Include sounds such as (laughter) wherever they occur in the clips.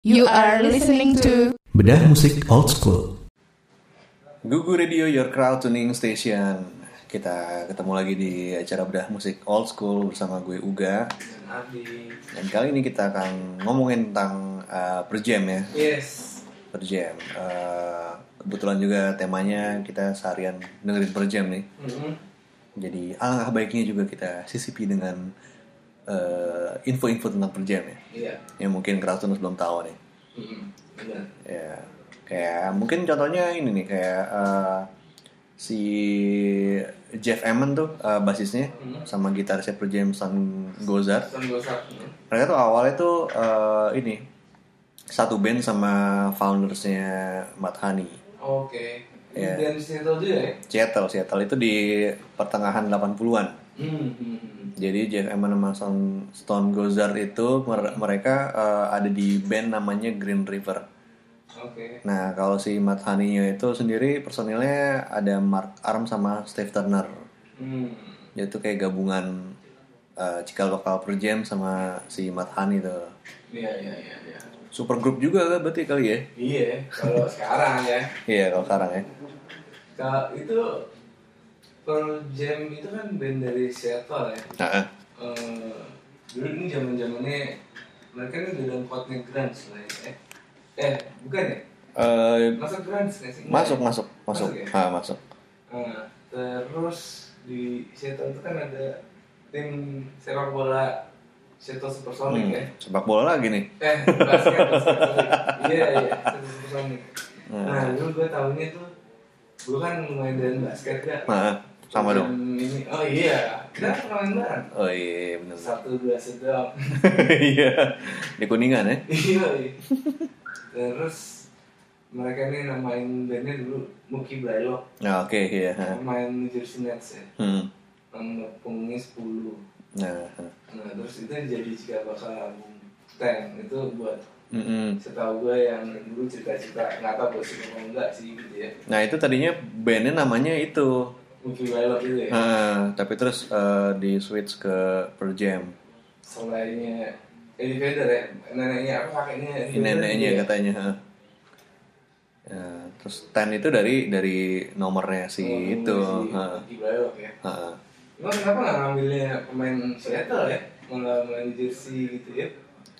You are listening to Bedah musik old school. Gugu Radio Your Crowd Tuning Station. Kita ketemu lagi di acara bedah musik old school bersama gue Uga. Dan kali ini kita akan ngomongin tentang uh, per jam ya, Yes. per jam. Uh, kebetulan juga temanya kita seharian dengerin per jam nih. Jadi alangkah baiknya juga kita sisipi dengan uh, info-info tentang per jam ya. Iya. Mm-hmm. Yang mungkin crowd tuners belum tahu nih. Benar. ya kayak mungkin contohnya ini nih kayak eh, si Jeff Emmon tuh eh, basisnya Mhm. sama gitarisnya Per Jameson Gozart Pesan gue satu. mereka tuh awalnya tuh eh, ini satu band sama foundersnya Matt Honey Oke. Iya. Dan di sini tau juga ya. Seattle Seattle itu di pertengahan 80-an Hmm. jadi Jeff Emmon sama Son- Stone Gozart itu mer- mereka eh, ada di band namanya Green River Oke. Nah, kalau si Matt Haney itu sendiri personilnya ada Mark Arm sama Steve Turner. Hmm. Yaitu kayak gabungan eh, cikal bakal per jam sama si Matt Haney itu. Iya iya iya. iya. Super grup juga kan berarti kali ya? Iya. Kalau (laughs) sekarang ya. Iya, kalau sekarang ya. Kalau itu Pearl Jam itu kan band dari Seattle ya. Nah, eh. Eh, dulu ini zaman zamannya mereka ini udah dalam kuatnya grunge lah ya. Eh, bukan ya? Eh, Masuk grunge nggak sih? masuk, masuk, masuk. Masuk ya? Ah, masuk. Nah, terus di Seattle itu kan ada tim sepak bola Seattle Supersonic Hmm, ya. sepak bola lagi nih. Eh, basket Supersonic. Iya, iya, Seattle Supersonic. Hmm. Nah, dulu gue tahunya tuh gue kan main dan basket gak? Nah, eh, sama dong. Ini, oh iya, kita pernah main bareng. Oh iya, bener. (laughs) Satu dua sedang. Iya, di kuningan ya. (laughs) Iya, iya. Terus mereka ini namain bandnya dulu Mookie Blaylock, Nah, oke, iya. eh. pemain New Jersey Nets ya. Hmm. Nomor punggungnya 10. Nah, eh. Nah terus itu jadi jika bakal album Ten itu buat Mm-mm. setahu gue yang dulu cerita-cerita nggak tahu gue suka atau enggak sih gitu ya Nah, itu tadinya bandnya namanya itu. Mungkin Welok itu ya Ah, tapi terus eh, di switch ke per jam. selainnya Eddie Vedder ya neneknya apa kakeknya Eddie Ini Vedder neneknya gitu ya? katanya. ah. Ya, terus ten itu dari dari nomornya si Oh, itu. si ah, Mungkin Welok ya ah, ah. Emang kenapa nggak ngambilnya pemain Seattle ya malah main jersey gitu ya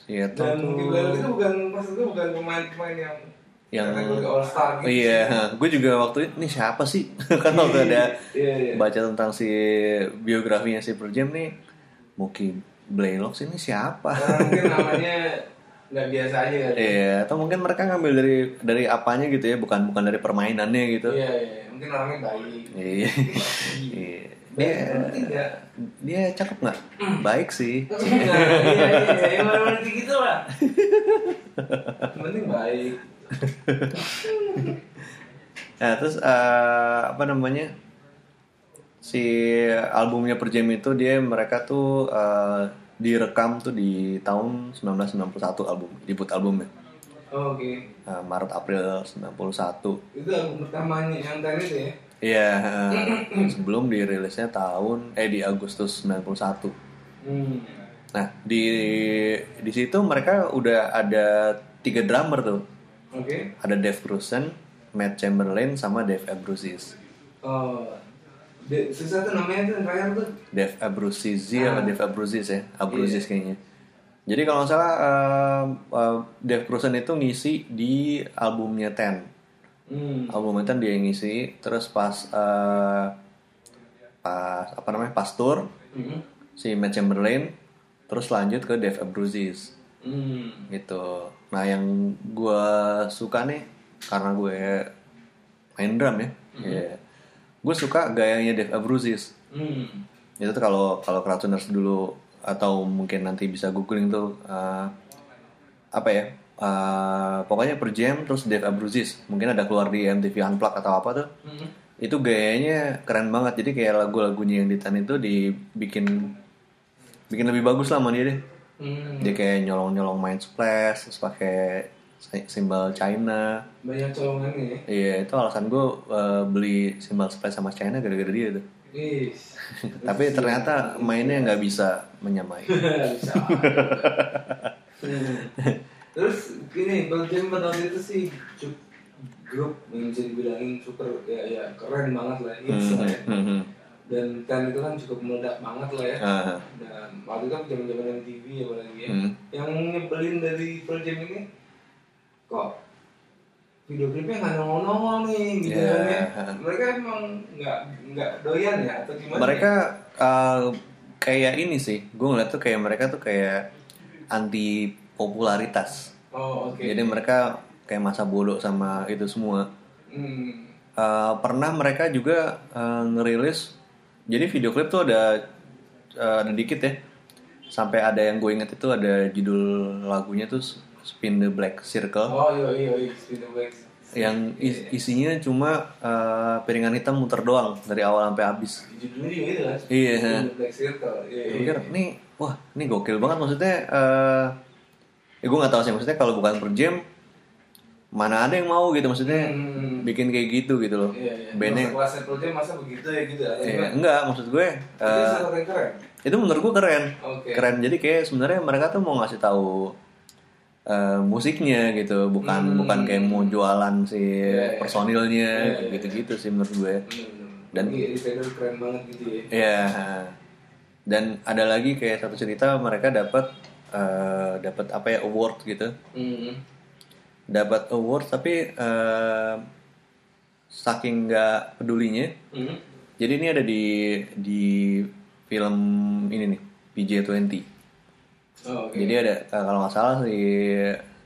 Seattle dan Iya, tuh- Mungkin Welok itu bukan maksud gue bukan pemain-pemain yang Yang- kategori all star gitu Iya, gue juga waktu itu, ini siapa sih? (laughs) kan waktu ada Iya, iya. baca tentang si biografinya si per jam nih, Muki Blaylock ini siapa? Karena mungkin namanya nggak biasa aja kan Iya, atau mungkin mereka ngambil dari dari apanya gitu ya, bukan bukan dari permainannya gitu. Iya, iya, iya. mungkin orangnya baik. Iya. Iya. Dia Tidak. dia Hmm. cakep nggak? Baik sih. Nah, iya, iya, iya, emang nanti gitu lah. Yang penting baik. Nah terus eh, apa namanya si albumnya Per Jam itu dia mereka tuh eh, direkam tuh di tahun 1991 album debut albumnya Oke, Eh, Maret April 91. itu album pertamanya yang tadi itu ya. Iya, eh, sebelum dirilisnya tahun eh di Agustus 91. Hmm. Nah, di di situ mereka udah ada tiga drummer tuh. Oke. Ada Dave Grusin, Matt Chamberlain sama Dave Abruzzes. Oh, De- susah tuh namanya tuh yang terakhir tuh. Dave Abruzzes apa Dave Abruzzes ya? Abruzzes kayaknya. Jadi kalau nggak salah eh, eh, Dave Grusin itu ngisi di albumnya Ten. Hmm. Albumnya Ten dia yang ngisi. Terus pas eh, pas apa namanya pas tour Hmm. si Matt Chamberlain terus lanjut ke Dave Abruzzes. Hmm. gitu nah yang gue suka nih karena gue main drum ya gue suka gayanya Dave Abruzzes Hmm. itu tuh kalau kalau Kratuners dulu atau mungkin nanti bisa googling tuh eh, apa ya eh, pokoknya per jam terus Dave Abruzzes mungkin ada keluar di MTV Unplugged atau apa tuh Hmm. itu gayanya keren banget jadi kayak lagu-lagunya yang di Tan itu dibikin bikin lebih bagus lah sama dia deh Hmm. dia kayak nyolong-nyolong main splash terus pakai si- simbol China Banyak colongannya ya. iya itu alasan gue beli simbol splash sama China gara-gara dia itu Is. tapi ternyata mainnya nggak bisa menyamai Bisa. Hmm. Terus ini Bang Jam pada waktu itu sih cukup grup yang bisa dibilangin super ya ya keren banget lah hits lah ya. Hmm. Dan Ten itu kan cukup meledak banget lah ya. Ah. Dan waktu itu kan zaman-zaman MTV ya apalagi ya. Hmm. Yang nyebelin dari Pearl Jam ini kok video klipnya nggak nongol-nongol nih gitu Ya. kan ya. Mereka emang nggak nggak doyan ya atau gimana? mereka uh, kayak ini sih gue ngeliat tuh kayak mereka tuh kayak anti popularitas ya? Oh oke. jadi mereka kayak masa bodoh sama itu semua Hmm. Uh, pernah mereka juga uh, ngerilis jadi video klip tuh ada uh, ada dikit ya sampai ada yang gue inget itu ada judul lagunya tuh Spin the Black Circle Oh iya iya iya. Speed Iya, of Wax. yang is- isinya cuma uh, piringan hitam muter doang dari awal sampai habis judulnya juga itu kan Iya. Judul Black Circle iya Gue iya pikir nih wah ini gokil banget maksudnya eh ya gue nggak tahu sih maksudnya kalau bukan per jam mana ada yang mau gitu maksudnya Hmm. bikin kayak gitu gitu loh iya iya Iya, bandnya Masa kelasnya Pearl Jam masa begitu ya gitu atau Iya, gimana? enggak maksud gue itu eh, sangat keren itu menurut gue keren Oke. keren jadi kayak sebenarnya mereka tuh mau ngasih tahu eh, musiknya gitu bukan bukan kayak mau jualan si personilnya gitu-gitu sih menurut gue dan Dan- iya desainer keren banget gitu ya Iya. Dan ada lagi kayak satu cerita mereka dapat eh, dapat apa ya award gitu. hmm. Dapat award tapi eh, saking nggak pedulinya. Hmm. Jadi ini ada di di film ini nih PJ20. Oh, oke Jadi ada eh, kalau nggak salah si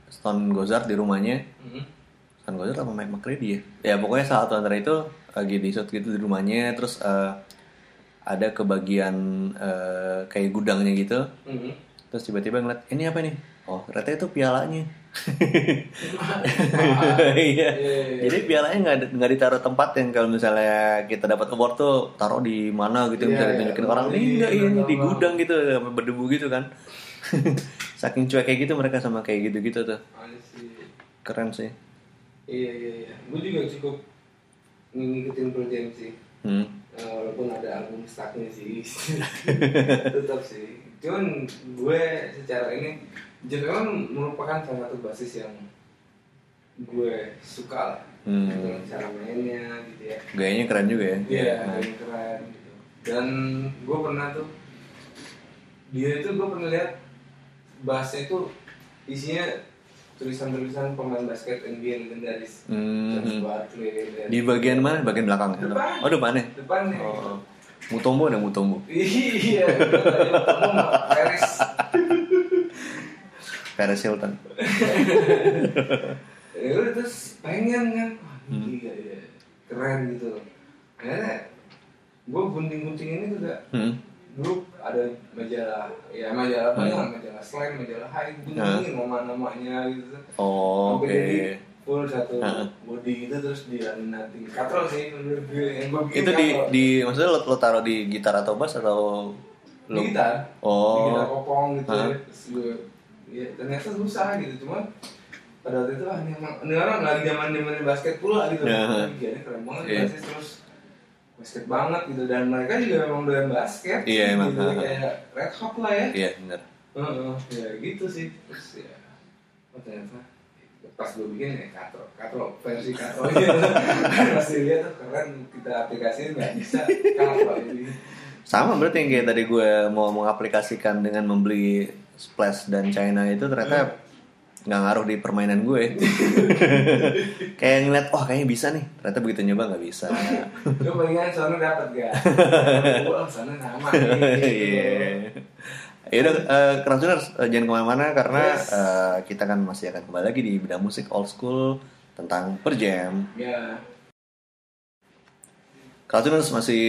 Stone Gossard di rumahnya. Hmm. Stone Gossard apa Mike McCready ya? Ya pokoknya salah satu antara itu lagi di shoot gitu di rumahnya terus eh, ada kebagian eh, kayak gudangnya gitu. Hmm. terus tiba-tiba ngeliat ini apa nih oh ternyata itu (laughs) pialanya iya jadi pialanya nggak ada- nggak ditaruh tempat yang kalau misalnya kita dapat award tuh taruh di mana gitu Iya, misalnya iya. tunjukin orang ini Iya, enggak iya, ini di iya. gudang gitu sampai berdebu gitu kan (laughs) saking cuek kayak gitu mereka sama kayak gitu gitu tuh Ada sih keren sih iya iya iya gue juga cukup ngikutin Pearl Jam sih hmm. Eh, walaupun ada album stucknya (laughs) sih tetap sih cuman gue secara ini Jeff Emon merupakan salah satu basis yang gue suka lah Hmm. dengan cara mainnya gitu ya gayanya keren juga ya dia yang keren gitu dan gue pernah tuh dia itu gue pernah lihat bassnya itu isinya tulisan-tulisan pemain basket NBA legendaris Hmm. Charles Barkley dan di bagian mana bagian belakang Depan. oh depannya depannya gitu. oh. mutombo ada mutombo Iya, ketemu sama Paris. Paris Hilton Ya udah terus pengen kan, wah Hmm. gila ya, keren gitu. Akhirnya gue gunting-gunting ini tuh gak hmm. grup ada majalah ya majalah banyak majalah slang majalah high guntingin nama-namanya gitu oh, Hmm. oke Hmm. Sampai jadi full satu body gitu terus di nanti katrol sih menurut gue yang gue bikin itu di katrol. di maksudnya lo, lo taruh di gitar atau bass atau di gitar Oh. di gitar kopong gitu Hah? ya. Terus gue ya ternyata susah gitu cuman pada waktu itu ah ini emang ini orang lagi zaman zamannya basket pula gitu Ya. yeah. gini keren banget Iya. basket terus basket banget gitu dan mereka juga memang doyan basket Iya, emang. gitu Ha-ha. kayak red hot lah ya iya benar Heeh, ya gitu sih terus ya oh ternyata pas gue bikin ya katro katro versi katro gitu (laughs) pasti lihat tuh keren kita aplikasiin nggak bisa katro ini sama berarti yang kayak tadi gue mau mengaplikasikan dengan membeli Splash dan China itu Hmm. ternyata nggak ngaruh di permainan (laughs) gue kayak ngeliat wah kayaknya bisa nih ternyata begitu nyoba nggak bisa Lu palingan sana dapat (laughs) gak? Gua sana sama. Iya. Ya udah, eh, Krasuners, eh, jangan kemana-mana karena Yes. eh, kita kan masih akan kembali lagi di bidang musik old school tentang per jam. Ya. Cartooners masih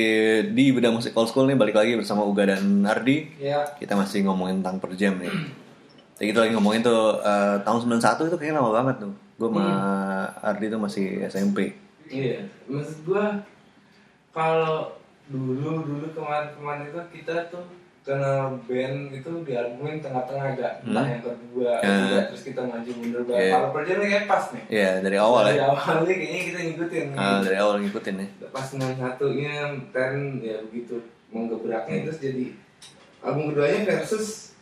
di bidang musik old school nih balik lagi bersama Uga dan Ardi Ya. kita masih ngomongin tentang per jam (clears throat) nih jadi kita lagi ngomongin tuh eh, tahun 91 itu kayaknya lama banget tuh gue sama Ardi tuh masih SMP Iya. Maksud gua kalau dulu dulu kemarin-kemarin itu kita tuh kenal band itu dialbumin tengah-tengah agak entah yang kedua ketiga, terus kita maju mundur banget. Hmm. Ya. Iya. Kalau perjalanan kayak pas nih. ya dari awal Dari ya awalnya kayaknya kita ngikutin. Ah, dari awal ngikutin ya Pas 91 nya ten ya begitu menggebraknya terus jadi album keduanya versus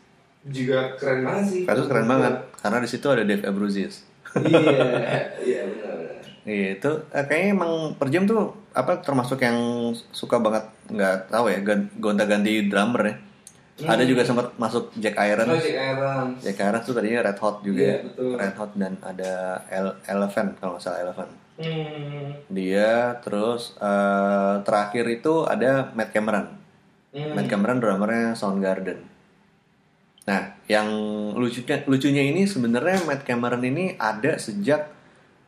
juga keren banget sih. Versus keren banget karena di situ ada Dave Abruzzes. iya iya benar-benar Iya, itu eh, kayaknya emang per jam tuh apa termasuk yang suka banget nggak tahu ya gonta-ganti drummer ya. Ada juga sempat masuk Oh, Jack Irons. Project Aaron Jack Irons Ya, tuh tadinya Red Hot juga Iya, ya. betul. Red Hot dan ada El- Eleven kalau nggak salah Eleven. hmm Dia terus eh, terakhir itu ada Matt Cameron. hmm Matt Cameron drummernya Soundgarden. Nah, yang lucunya lucunya ini sebenarnya Matt Cameron ini ada sejak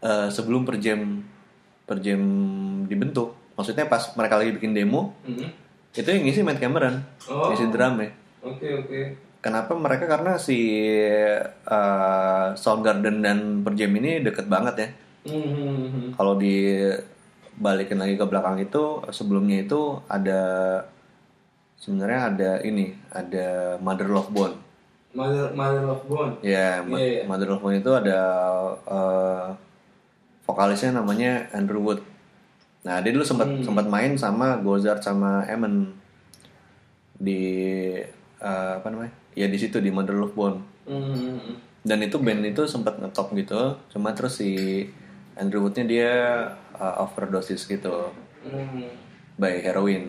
eh, sebelum per jam per jam dibentuk. Maksudnya pas mereka lagi bikin demo, Hmm. itu yang ngisi Matt Cameron, Oh. ngisi drum ya. oke oke Kenapa mereka karena si eh, Soundgarden dan per jam ini deket banget ya. Hmm, hmm hmm. Kalau dibalikin lagi ke belakang itu sebelumnya itu ada sebenarnya ada ini ada Mother Love Bone. Mother Mother of Bone Ya, Ma- Iya, iya. Mother Love Bone itu ada eh, vokalisnya namanya Andrew Wood. Nah, dia dulu sempat Hmm. sempat main sama Gozart sama Eamon di eh, apa namanya? Ya di situ di Mother Love Bone. Hmm, hmm hmm. Dan itu band itu sempat ngetop gitu, cuma terus si Andrew Woodnya dia eh, overdosis gitu hmm by heroin.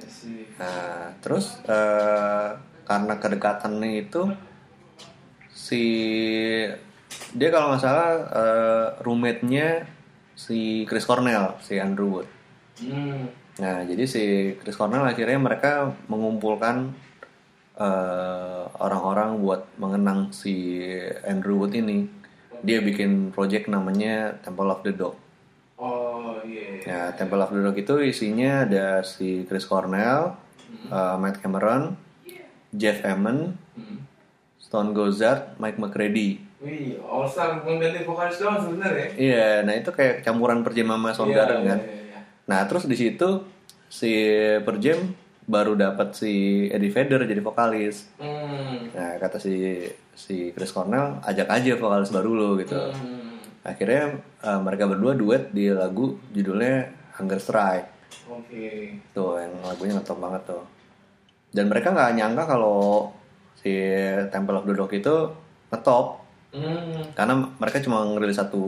I see. Nah, terus eh, karena kedekatannya itu si dia kalau nggak salah eh, roommate-nya si Chris Cornell, si Andrew Wood. hmm Nah, jadi si Chris Cornell akhirnya mereka mengumpulkan eh, orang-orang buat mengenang si Andrew Wood ini. Dia bikin project namanya Temple of the Dog. oh iya Ya, Temple of the Dog itu isinya ada si Chris Cornell, uh, Matt Cameron, Jeff Emmon, Hmm. Stone Gozzard, Mike McCready. Wih, All Star bukan ganti vokalis doang sebenarnya. Iya, nah itu kayak campuran Perjem sama Soundgarden Iya, kan. iya, iya. Nah, terus di situ si Perjem baru dapat si Eddie Vedder jadi vokalis. Hmm. Nah, kata si si Chris Cornell, ajak aja vokalis baru lo gitu. Hmm. Akhirnya uh, mereka berdua duet di lagu judulnya Hunger Strike. Oke. Tuh yang lagunya ngetop banget tuh. Dan mereka nggak nyangka kalau si Temple of the Dog itu ngetop Hmm. karena mereka cuma ngerilis satu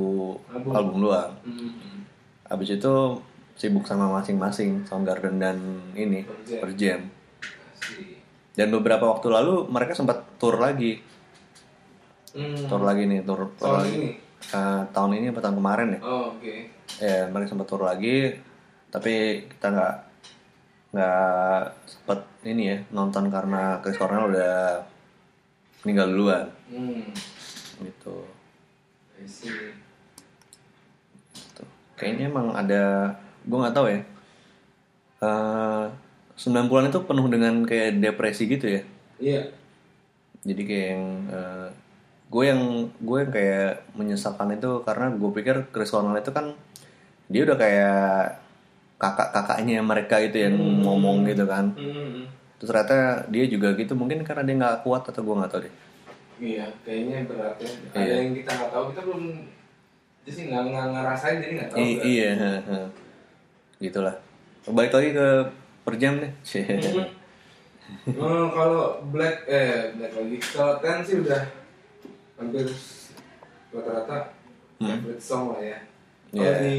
album, Album. doang. Hmm. Habis itu sibuk sama masing-masing Soundgarden dan ini Per jam. per jam. Asik. Dan beberapa waktu lalu mereka sempat tour lagi. Hmm. Tour lagi nih, tour, tour Tahun lagi. ini? Eh, tahun ini apa tahun kemarin ya? Oh, oke. ya mereka sempat tur lagi tapi kita nggak nggak sempat ini ya nonton karena Chris Cornell udah meninggal duluan Hmm. gitu I see. Tuh. kayaknya emang ada gue nggak tahu ya Eh 90-an itu penuh dengan kayak depresi gitu ya Iya. jadi kayak yang eh, gue yang gue yang kayak menyesalkan itu karena gue pikir Chris Cornell itu kan dia udah kayak kakak-kakaknya mereka itu yang ngomong gitu kan Hmm. terus ternyata dia juga gitu mungkin karena dia nggak kuat atau gue nggak tahu deh Iya, kayaknya berat ya. Iya. Ada yang kita nggak tahu, kita belum jadi sih nggak nggak ngerasain jadi nggak tahu. I- kan? iya he, he. gitulah balik lagi ke per jam deh (laughs) Eh, kalau black eh black lagi kalau ten sih udah hampir rata-rata favorite song lah ya. Hmm. Kalau Iya. di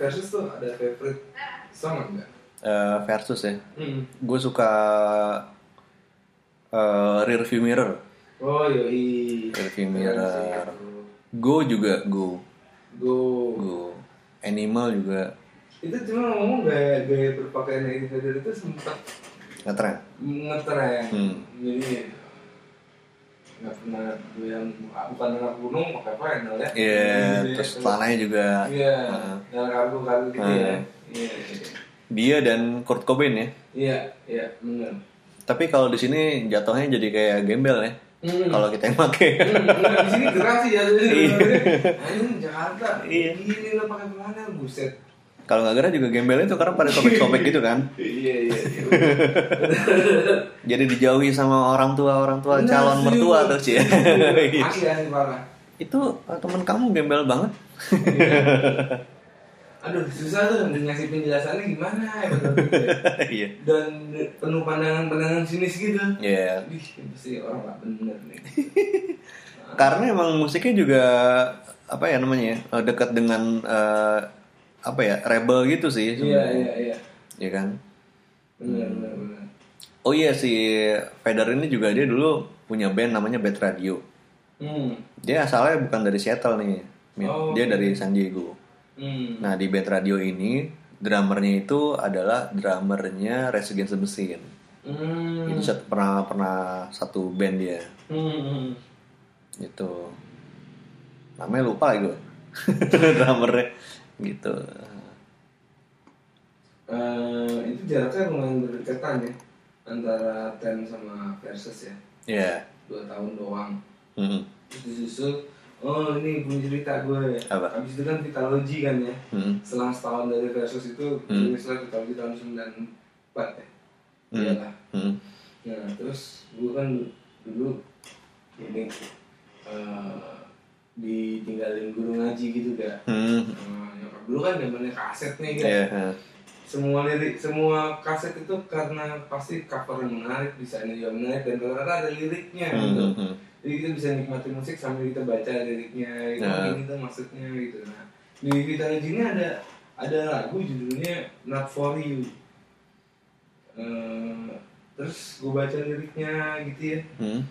versus tuh ada favorite song enggak? Eh, versus ya Hmm. gue suka eh, rear view mirror Oh yoi. Iya, Rear View Mirror. go juga go Go. go animal juga Itu cuma ngomong gaya gaya berpakaian Eddie Vedder itu sempat ngetren ngetren. Hmm. Jadi ya, nggak pernah gue yang ah, bukan anak gunung pakai flannel ya? Iya, Jadi, terus Hmm. celananya juga uh, Iya, yang kargo kargo gitu ya. Heeh. Iya, iya, dia dan Kurt Cobain ya. iya, iya, benar. Tapi kalau di sini jatuhnya jadi kayak gembel ya. Hmm. Kalau kita yang pakai. Enggak, di sini gerah sih ya. Anjing Jakarta. Iya. Ini lo pakai celana buset. kalau nggak gerah juga gembelnya itu karena pada sobek-sobek gitu kan. Iya, iya, iya. Jadi dijauhi sama orang tua orang tua Benar, Iya. calon setuju. mertua terus (laughs) ya. (laughs) Asli asli parah. itu eh, teman kamu gembel banget. (laughs) Aduh, susah tuh ngasih penjelasannya gimana ya. bener-bener. (laughs) Iya. Dan penuh pandangan-pandangan sinis gitu. Iya. Ih, pasti orang gak bener nih. karena emang musiknya juga apa ya namanya ya, eh, dekat dengan eh, apa ya rebel gitu sih iya sebenarnya iya iya ya kan benar benar benar oh iya si Feder ini juga dia dulu punya band namanya Bad Radio hmm dia asalnya bukan dari Seattle nih Min. Oh, dia dari San Diego hmm nah di Bad Radio ini drummernya itu adalah drummernya Rage Against the Machine hmm itu satu- pernah pernah satu band dia hmm, hmm. gitu namanya lupa lagi gue (laughs) drummernya gitu Eh, itu jaraknya lumayan berdekatan ya antara Ten sama Versus ya ya dua tahun doang Mm-mm. terus disusul oh ini punya cerita gue Apa? abis itu kan Vitalogy kan ya Mm-mm. selang setahun dari Versus itu Hmm. misalnya Vitalogy tahun 94 ya Hmm. iyalah Mm-mm. nah terus gue kan dulu ini eh, ditinggalin guru ngaji gitu gak Mm. Eh, nyokap dulu kan zamannya kaset nih kan Iya, heeh. semua lirik semua kaset itu karena pasti cover yang menarik desainnya juga menarik dan ternyata ada liriknya gitu Mm, mm, jadi kita bisa nikmati musik sambil kita baca liriknya gitu Nah. ini tuh maksudnya gitu nah di Vitalogy ini ada ada lagu judulnya Not For You Eh, terus gue baca liriknya gitu ya mm.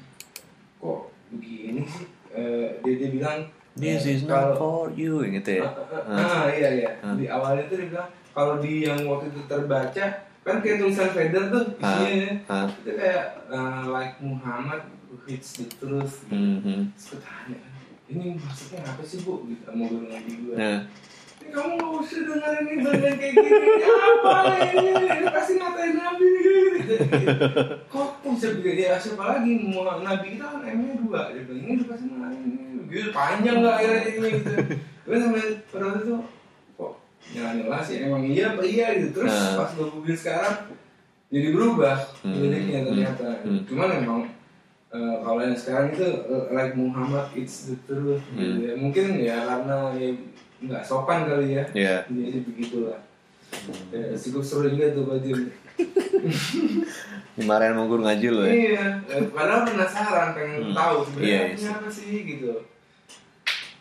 kok begini sih Eh, dia dia bilang This eh, is kalau- not for you gitu ya. Ah, iya iya. Di awalnya tuh dia bilang kalau di yang waktu itu terbaca kan kayak tulisan Feder tuh Ah. isinya ya. Ah. itu kayak uh, like Muhammad who hits the truth. gitu. Mm, mm. Terus gue tanya, ya. ini maksudnya apa sih bu? Gitu, mau gue ngaji gue. Nah, Ini kamu nggak usah dengerin ini band kayak gini. Ini apa ini? Ini pasti ngatain Nabi gitu. gitu. Kok kok bisa bikin ya siapa lagi? Mau Nabi kita kan M-nya dua. Dia bilang ini pasti ngatain ini. Gitu panjang nggak akhirnya ini gitu. Gue sampai pada waktu itu kok nyala-nyala sih emang iya apa iya gitu. Terus Nah. pas gue googling sekarang jadi berubah Hmm. liriknya ternyata. Hmm. Cuman emang eh, kalau yang sekarang itu eh, like Muhammad it's the truth gitu Hmm. ya. mungkin ya karena ya nggak sopan kali ya ya. jadi begitulah Ya, cukup seru juga tuh Pak Jim Dimarahin sama guru ngaji lo ya. iya eh, padahal penasaran Hmm. pengen tahu Iya, sebenarnya iya ini sih. apa sih gitu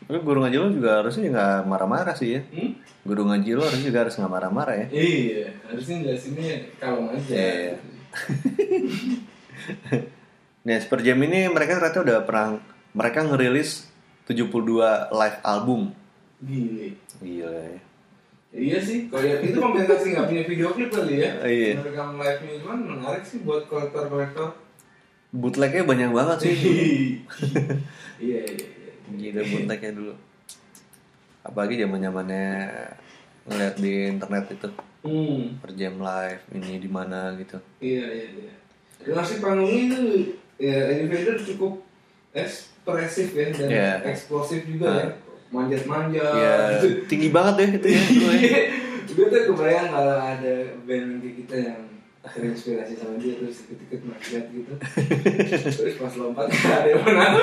Tapi guru ngaji lo juga harusnya nggak marah-marah sih ya. hmm? Guru ngaji lo harusnya juga harus nggak marah-marah ya. (laughs) iya harusnya jelasinnya kalau aja Iya, iya. Nah, per jam ini mereka ternyata udah pernah mereka ngerilis 72 live album. gini Gila ya. Iya sih, kalau yang itu kompensasi nggak punya video klip kali ya. Iya. Merekam live-nya cuman menarik sih buat kolektor-kolektor. Bootlegnya banyak banget (laughs) sih. iya, iya, iya. Gila bootlegnya dulu. Apalagi zaman zamannya ngeliat di internet itu Hmm, per jam live ini di mana gitu. iya, iya, iya. Donasi panggung itu ya Elevator cukup ekspresif ya dan Iya. eksplosif juga ya. Manjat-manjat. Ya gitu. tinggi banget ya itu (laughs) ya. dulu ya. Iya. Gue tuh kebayang kalau ada band kayak kita yang terinspirasi sama dia terus ikut-ikut manjat (laughs) gitu. terus pas lompat (laughs) nggak ada yang menang.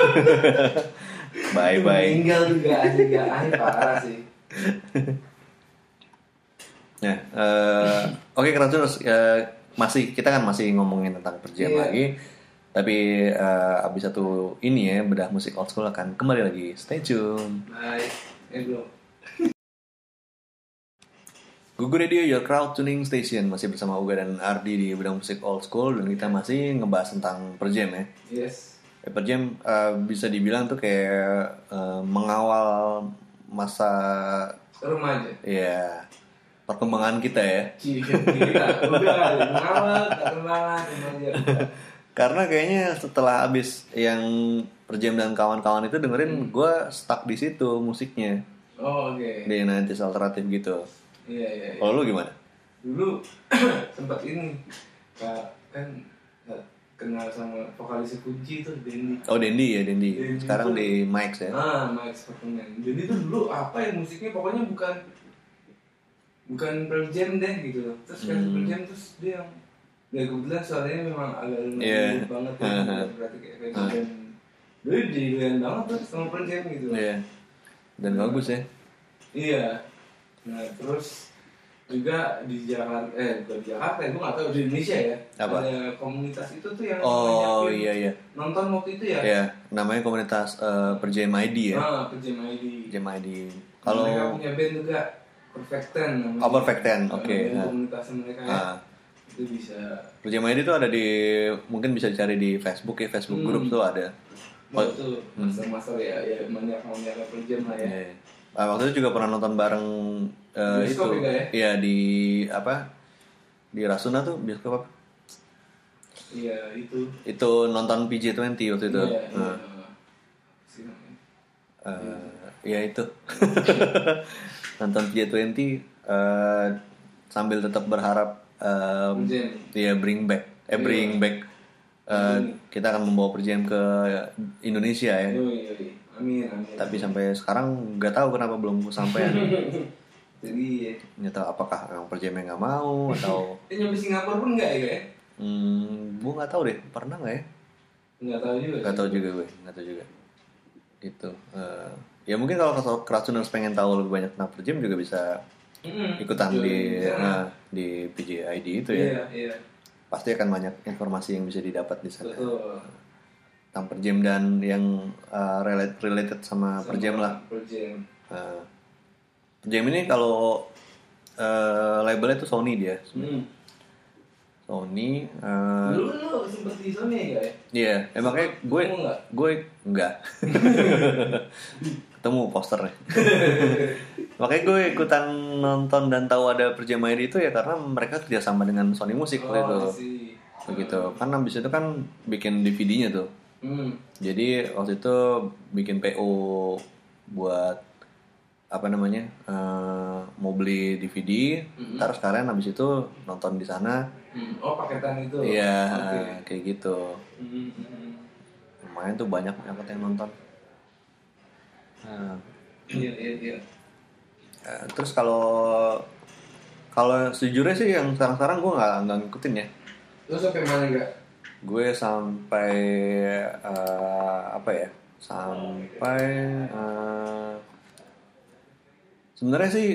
Bye bye. Meninggal juga anjing gak aneh parah sih. Nah, eh, oke Kratos eh, masih kita kan masih ngomongin tentang perjam Iya. lagi. Tapi eh, abis satu ini ya bedah musik old school akan kembali lagi. Stay tune. Baik. Eh belum. Google Radio Your Crowd Tuning Station masih bersama Uga dan Ardi di bedah musik old school dan kita masih ngebahas tentang perjam ya. Yes. Eh, Perjam eh, bisa dibilang tuh kayak eh, mengawal masa Remaja. ya perkembangan kita ya. Cie, kita udah kenalan, "Ah, tak gitu kenalan, remaja. Karena kayaknya setelah abis yang Perjam dan kawan-kawan itu Hmm. dengerin gua stuck di situ musiknya Oh, oke. di nanti alternatif gitu. Iya, iya. iya. Kalau lu gimana? Dulu (clears throat) sempat ini Kak, kan eh, kenal sama vokalis kunci tuh Dendi. Oh Dendi ya Dendi. Dendi Sekarang tuh- di Mike's ya. Ah, Mike Sparkman. Jadi tuh dulu apa ya musiknya pokoknya bukan bukan Pearl Jam deh gitu. Terus kayak Hmm. Pearl Jam terus dia yang ya kebetulan suaranya memang agak lumayan Iya. mirip banget (laughs) ya. Haha. Berarti kayak Pearl Ah. Jam. Dulu jadi doyan banget tuh sama Pearl Jam gitu. Iya. Dan bagus ya. Iya. Nah terus juga di Jakarta eh bukan di Jakarta ya, gue nggak tahu di Indonesia ya Apa? ada komunitas itu tuh yang Oh banyakin iya iya. nonton waktu itu ya, Ya, namanya komunitas eh, PerJMID ya. Ah, Iya, ya. ke JMID. PerJMID. Iya. mereka Kalau punya band juga Perfect Ten namanya. Oh, Perfect Ten, oke, Eh, nah. komunitas mereka ya. ah, itu bisa PerJMID itu ada di mungkin bisa dicari di Facebook ya, Facebook Hmm. grup tuh ada. Oh, Nah, itu master-master ya ya banyak banyak per jam lah ya Iya, iya. Ah, waktu itu juga pernah nonton bareng eh, itu. Bioskop juga ya? Iya di apa? Di Rasuna tuh bioskop apa? iya itu Itu nonton PJ20 waktu itu. iya, iya. Nah, Si namanya. eh, ya itu. (laughs) nonton PJ20 eh, sambil tetap berharap eh, Perjem. ya bring back eh Iya. bring back eh, kita akan membawa perjem ke Indonesia ya. Yoi, yoi. amin amin Tapi sampai sekarang nggak tahu kenapa belum (laughs) sampai. jadi ya. Nggak tahu apakah orang perjemnya nggak mau atau eh nyampe Singapura pun enggak ya kayak Hmm, gue nggak tahu deh, pernah nggak ya? enggak tahu juga Nggak sih. tahu juga gue, nggak tahu juga. Gitu. Eh, ya mungkin kalau kesel- keracuners pengen tahu lebih banyak tentang perjem juga bisa Mm-mm. ikutan Join di sana. nah, di PJID itu ya. iya iya Pasti akan banyak informasi yang bisa didapat di sana betul tentang perjem dan yang eh, relate related sama, perjem Ah, lah. per jam Eh, perjem ini kalau eh, labelnya tuh Sony dia, hmm. Sony. eh, dulu lu sempet di Sony ya kayak Iya, eh, makanya gue Ketemu nggak? gue enggak. (laughs) Ketemu (laughs) posternya. makanya gue ikutan nonton dan tahu ada Perjamair itu ya karena mereka kerjasama dengan Sony Music waktu itu. oh sih Begitu. Kan habis itu kan bikin DVD-nya tuh. hmm. Jadi waktu itu bikin PO buat apa namanya? eh, mau beli DVD, ntar sekalian habis itu nonton di sana. Hmm. oh paketan itu Iya, Oke. kayak gitu. Hmm, hmm, hmm. lumayan tuh banyak banget yang nonton Nah, iya iya iya eh, terus kalau kalau sejujurnya sih yang sekarang-sekarang gue nggak nggak ngikutin ya lu sampai mana enggak gue sampai eh, apa ya sampai eh, sebenarnya sih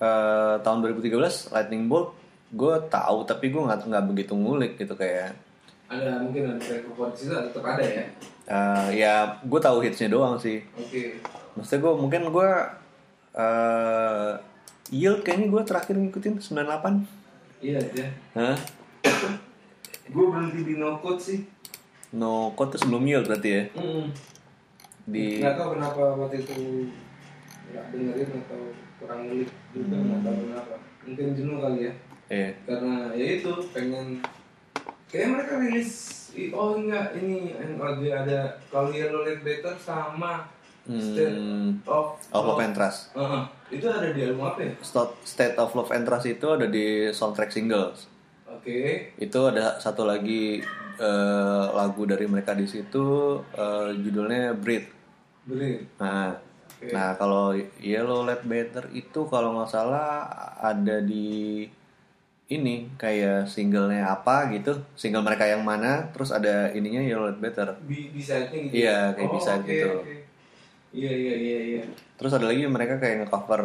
eh, tahun 2013 Lightning Bolt gue tahu tapi gue nggak nggak begitu ngulik gitu kayak ada mungkin ada track record di situ tetap ada ya eh, ya gue tahu hitsnya doang sih oke Maksudnya gue mungkin gue eh yield kayaknya gue terakhir ngikutin 98 iya iya Hah? gue berhenti di no code sih No code tuh sebelum yield berarti ya hmm. Di nggak tahu kenapa waktu itu nggak dengerin atau kurang ngulik juga Hmm. nggak tahu kenapa mungkin jenuh kali ya eh, karena ya itu pengen kayak mereka rilis i- oh enggak ini yang lagi ada kalau dia lo lihat better sama state hmm, of Of Love and Trust Heeh. itu ada di album apa ya Stot- State of Love and Trust itu ada di soundtrack singles oke Itu ada satu lagi eh, lagu dari mereka di situ eh, Judulnya Breathe beli Nah, nah kalau Yellow Light Better itu kalau nggak salah ada di ini kayak singlenya apa gitu, single mereka yang mana, terus ada ininya Yellow Light Better. bi bisa gitu Iya, kayak B-side oke, gitu. oke. iya iya iya iya Terus ada lagi mereka kayak ngecover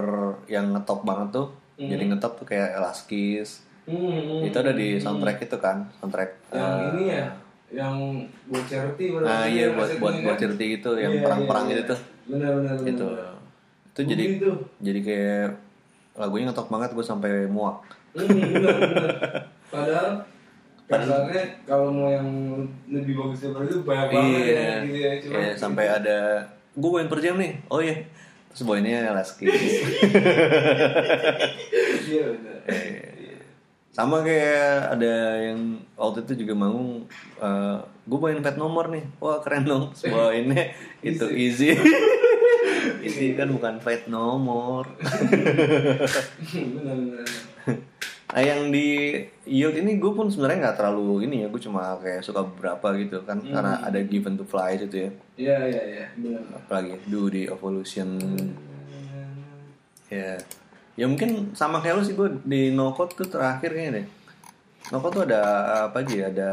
yang ngetop banget tuh, jadi ngetop tuh kayak Elaskis. Hmm, hmm. Itu ada di soundtrack itu kan, soundtrack. yang eh, ini ya yang buat charity berarti nah, ya, iya buat maksudnya buat kan? buat charity gitu, yang Iya, iya, perang-perang iya. itu tuh. benar benar benar. Itu, itu Bumi jadi itu. jadi kayak lagunya ngetop banget gue sampai muak. Hmm, benar, benar. padahal Padahal kalau mau yang lebih bagus daripada itu banyak banget Iya. ya gitu ya cuma Iya, sampai ada gue main per jam nih. Oh iya. Terus bawainnya Laski. (laughs) iya benar Sama kayak ada yang waktu itu juga mau gue bawain pet nomor nih. Wah keren dong. Terus (laughs) bawainnya itu easy. easy kan bukan pet nomor. Iya. (laughs) benar benar Nah, yang di yield ini gue pun sebenarnya nggak terlalu ini ya. Gue cuma kayak suka beberapa gitu kan karena Hmm. ada given to fly itu ya. iya iya iya benar Apalagi do the evolution. Hmm. Ya. Ya mungkin sama kayak lu sih gue di no code tuh terakhir kayaknya deh. No code tuh ada apa aja? ya? Ada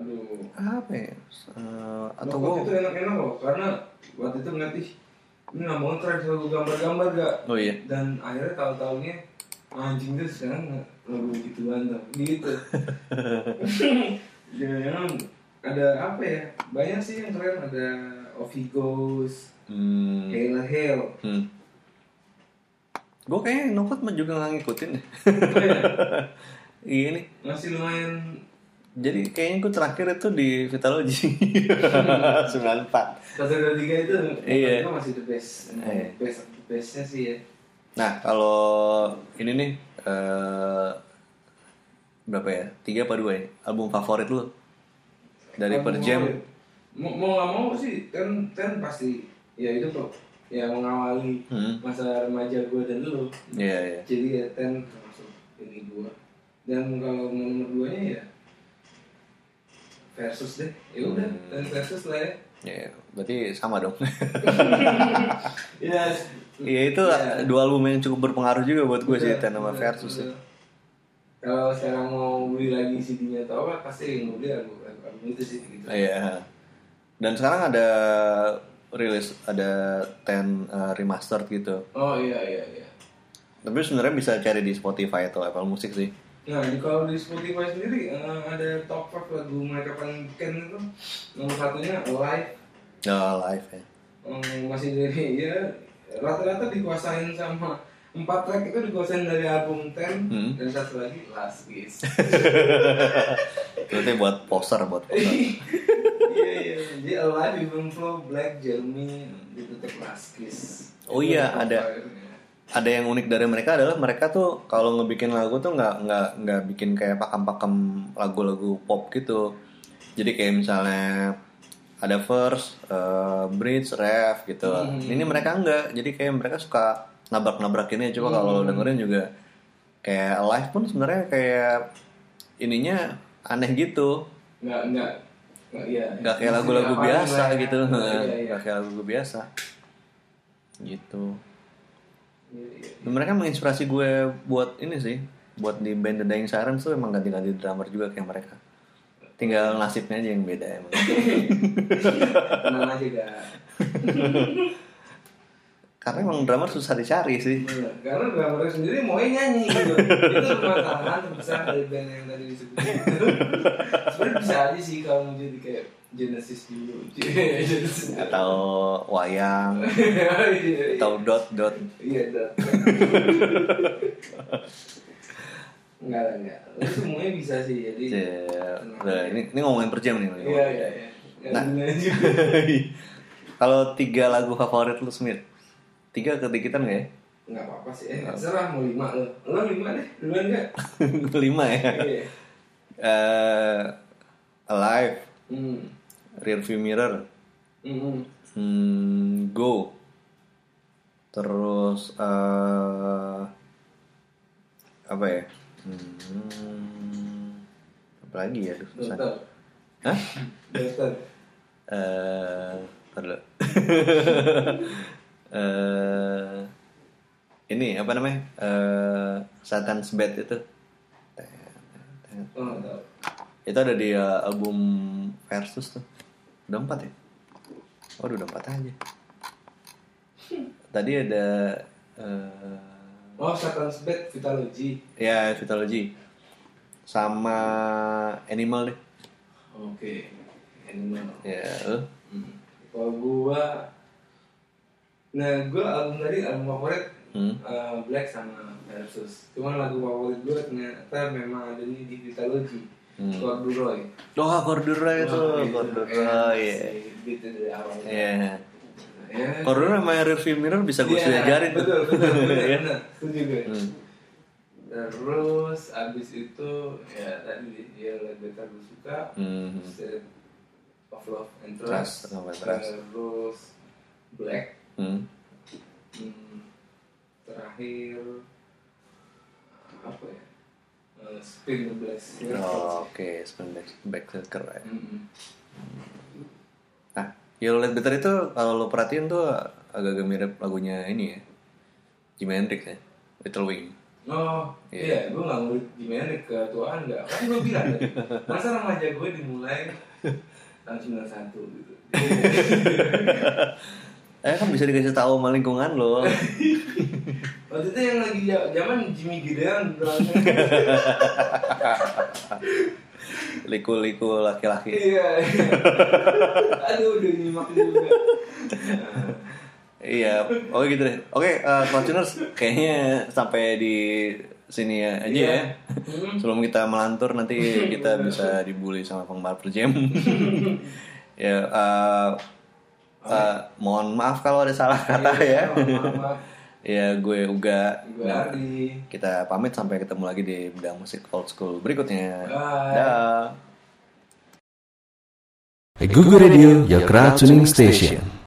aduh apa ya? Eh, atau gue Nokot Eh, kan- itu enak-enak loh karena waktu itu ngeliat ih ini ngomongin keren selalu gambar-gambar gak Oh iya. dan akhirnya tahu taunya anjing tuh sekarang nge- lagu gituan tau gitu jangan-jangan ada apa ya banyak sih yang keren ada Ovigos, Hmm. Hail Hail (laughs) hmm. Gue kayaknya Nokot mah juga nggak ngikutin. Oh ya, (laughs) iya nih. masih lumayan Jadi kayaknya gue terakhir itu di Vitalogy (laughs) 94. satu dua tiga itu Iya. itu masih the best Emang Iya. best of the bestnya sih ya Nah kalau ini nih eh berapa ya? Tiga apa dua ya? Album favorit lu dari Kalau per mau- ya? jam? mau mau nggak mau sih kan kan pasti ya itu kok ya mengawali Hmm. masa remaja gue dan lu Iya iya. jadi ya ten termasuk ini gue dan kalau mau nomor duanya ya versus deh ya udah Hmm. ten versus lah ya Iya. Berarti sama dong. ya (laughs) Iya itu Iya. dua album yang cukup berpengaruh juga buat gue sih Udah, Ten sama udah, Versus. ya. udah. kalau sekarang mau beli lagi CD-nya atau apa pasti yang gue beli album album itu sih gitu Iya. Dan sekarang ada rilis ada Ten eh, remastered gitu. oh iya iya iya Tapi sebenarnya bisa cari di Spotify atau Apple Music sih. Nah, di- kalau di Spotify sendiri eh, ada top 5 lagu mereka paling keren itu nomor satunya Alive Oh, live ya. eh, masih dari ya rata-rata dikuasain sama empat track itu dikuasain dari album Ten Hmm. dan satu lagi Last Kiss. (laughs) Berarti buat poster buat poster. Iya iya. Jadi Alive, Even Flow, Black, Jeremy, gitu tuh Last Kiss. Oh Itu iya, top ada. five-nya. ada yang unik dari mereka adalah mereka tuh kalau ngebikin lagu tuh nggak nggak nggak bikin kayak pakem-pakem lagu-lagu pop gitu. Jadi kayak misalnya ada verse, eh, bridge, ref gitu. Hmm. Ini mereka nggak. Jadi kayak mereka suka nabrak-nabrak ini. Coba kalau Hmm. lo dengerin juga kayak live pun sebenarnya kayak ininya aneh gitu. Nggak nggak nggak iya. Nggak kayak Masih lagu-lagu diapain biasa lah ya. gitu. Iya iya. Nggak kayak lagu biasa. Gitu. Iya, iya. Dan mereka menginspirasi gue buat ini sih buat di band The Dying Sirens tuh emang ganti-ganti drummer juga kayak mereka tinggal nasibnya aja yang beda emang Tenang aja gak. karena emang drummer susah dicari sih Bener. Iya, Karena drummer sendiri mau nyanyi gitu. itu permasalahan terbesar dari band yang tadi disebutin. Sebenarnya bisa aja sih kalau mau jadi kayak Genesis dulu. (laughs) Genesis. atau wayang Iya, atau dot dot Iya, dah. Enggak lah, enggak. Lu semuanya bisa sih. Jadi Ya, udah, ini ini ngomongin per jam nih Iya, iya, iya. Ya, Nah. bener juga. (laughs) kalau tiga lagu favorit lu Smith tiga kedikitan nggak ya (laughs) Enggak apa-apa sih. Eh, serah mau lima lo. Lo lima deh, duluan enggak? (laughs) Gue lima ya Iya. Eh, alive Hmm. rearview mirror Hmm, hmm. Hmm, go. Terus eh apa ya? Hmm, apa lagi ya? Aduh, susah. Dokter. Hah? Dokter. Eh, ntar dulu. (laughs) Eh, ini apa namanya? Eh, Satan's Bed itu. Oh, enggak tahu. Itu ada di eh, album Versus tuh. Udah empat ya? Waduh, udah empat aja. Tadi ada... eh, Oh, Satan's Bed Vitalogy. ya, Vitalogy. Sama Animal deh. Oke. Animal. Ya, lu? Hmm. Kalau gua Nah, gua album tadi album favorit Hmm. eh, Black sama Versus. Cuman lagu favorit gua ternyata memang ada di di Vitalogy. Hmm. Corduroy. Doha Corduroy itu. Iya. Wah, iya. itu Corduroy, enak ya. sih. Gitu dari awalnya. Ya. Ya. Corduroy Eh. sama Rearview Mirror bisa gue Iya, sejajarin tuh. Betul, betul, (laughs) benar, Ya. benar. Setuju gue. Hmm. Terus abis itu ya tadi dia lagu yang gue suka. Hmm. State of Love and Trust, Trust. Love and Trust. Terus Black. Hmm. Hmm, terakhir apa ya? Eh, Spin the Blast. Oh, Oke, sebentar. Back to keren. Mm-mm. Nah, Yellow Light Better itu kalau lo perhatiin tuh agak-agak mirip lagunya ini ya. Jimi Hendrix ya, Little Wing. Oh, Iya. iya, gue gak ngulik gimana ketuaan gak Kan gue bilang, tadi, masa remaja gue dimulai tahun 91 gitu Eh kan bisa dikasih tahu sama lingkungan (laughs) lo. Waktu itu yang lagi ja- zaman Jimmy Gideon gitu kan. (laughs) bilang, Liku-liku laki-laki. Iya iya. Aduh udah nyimak juga Iya, oke gitu deh. Oke, eh, Fortuners, kayaknya sampai di sini ya aja Iya. ya. Sebelum kita melantur (laughs) nanti kita bisa dibully sama penggemar perjem. ya, eh, eh, mohon maaf kalau ada salah kata Iya, ya. (laughs) ya, gue Uga. Gue Nah, Ardi kita pamit sampai ketemu lagi di bedah musik old school berikutnya. Bye. Dah. E, Google Radio, your crowd tuning station.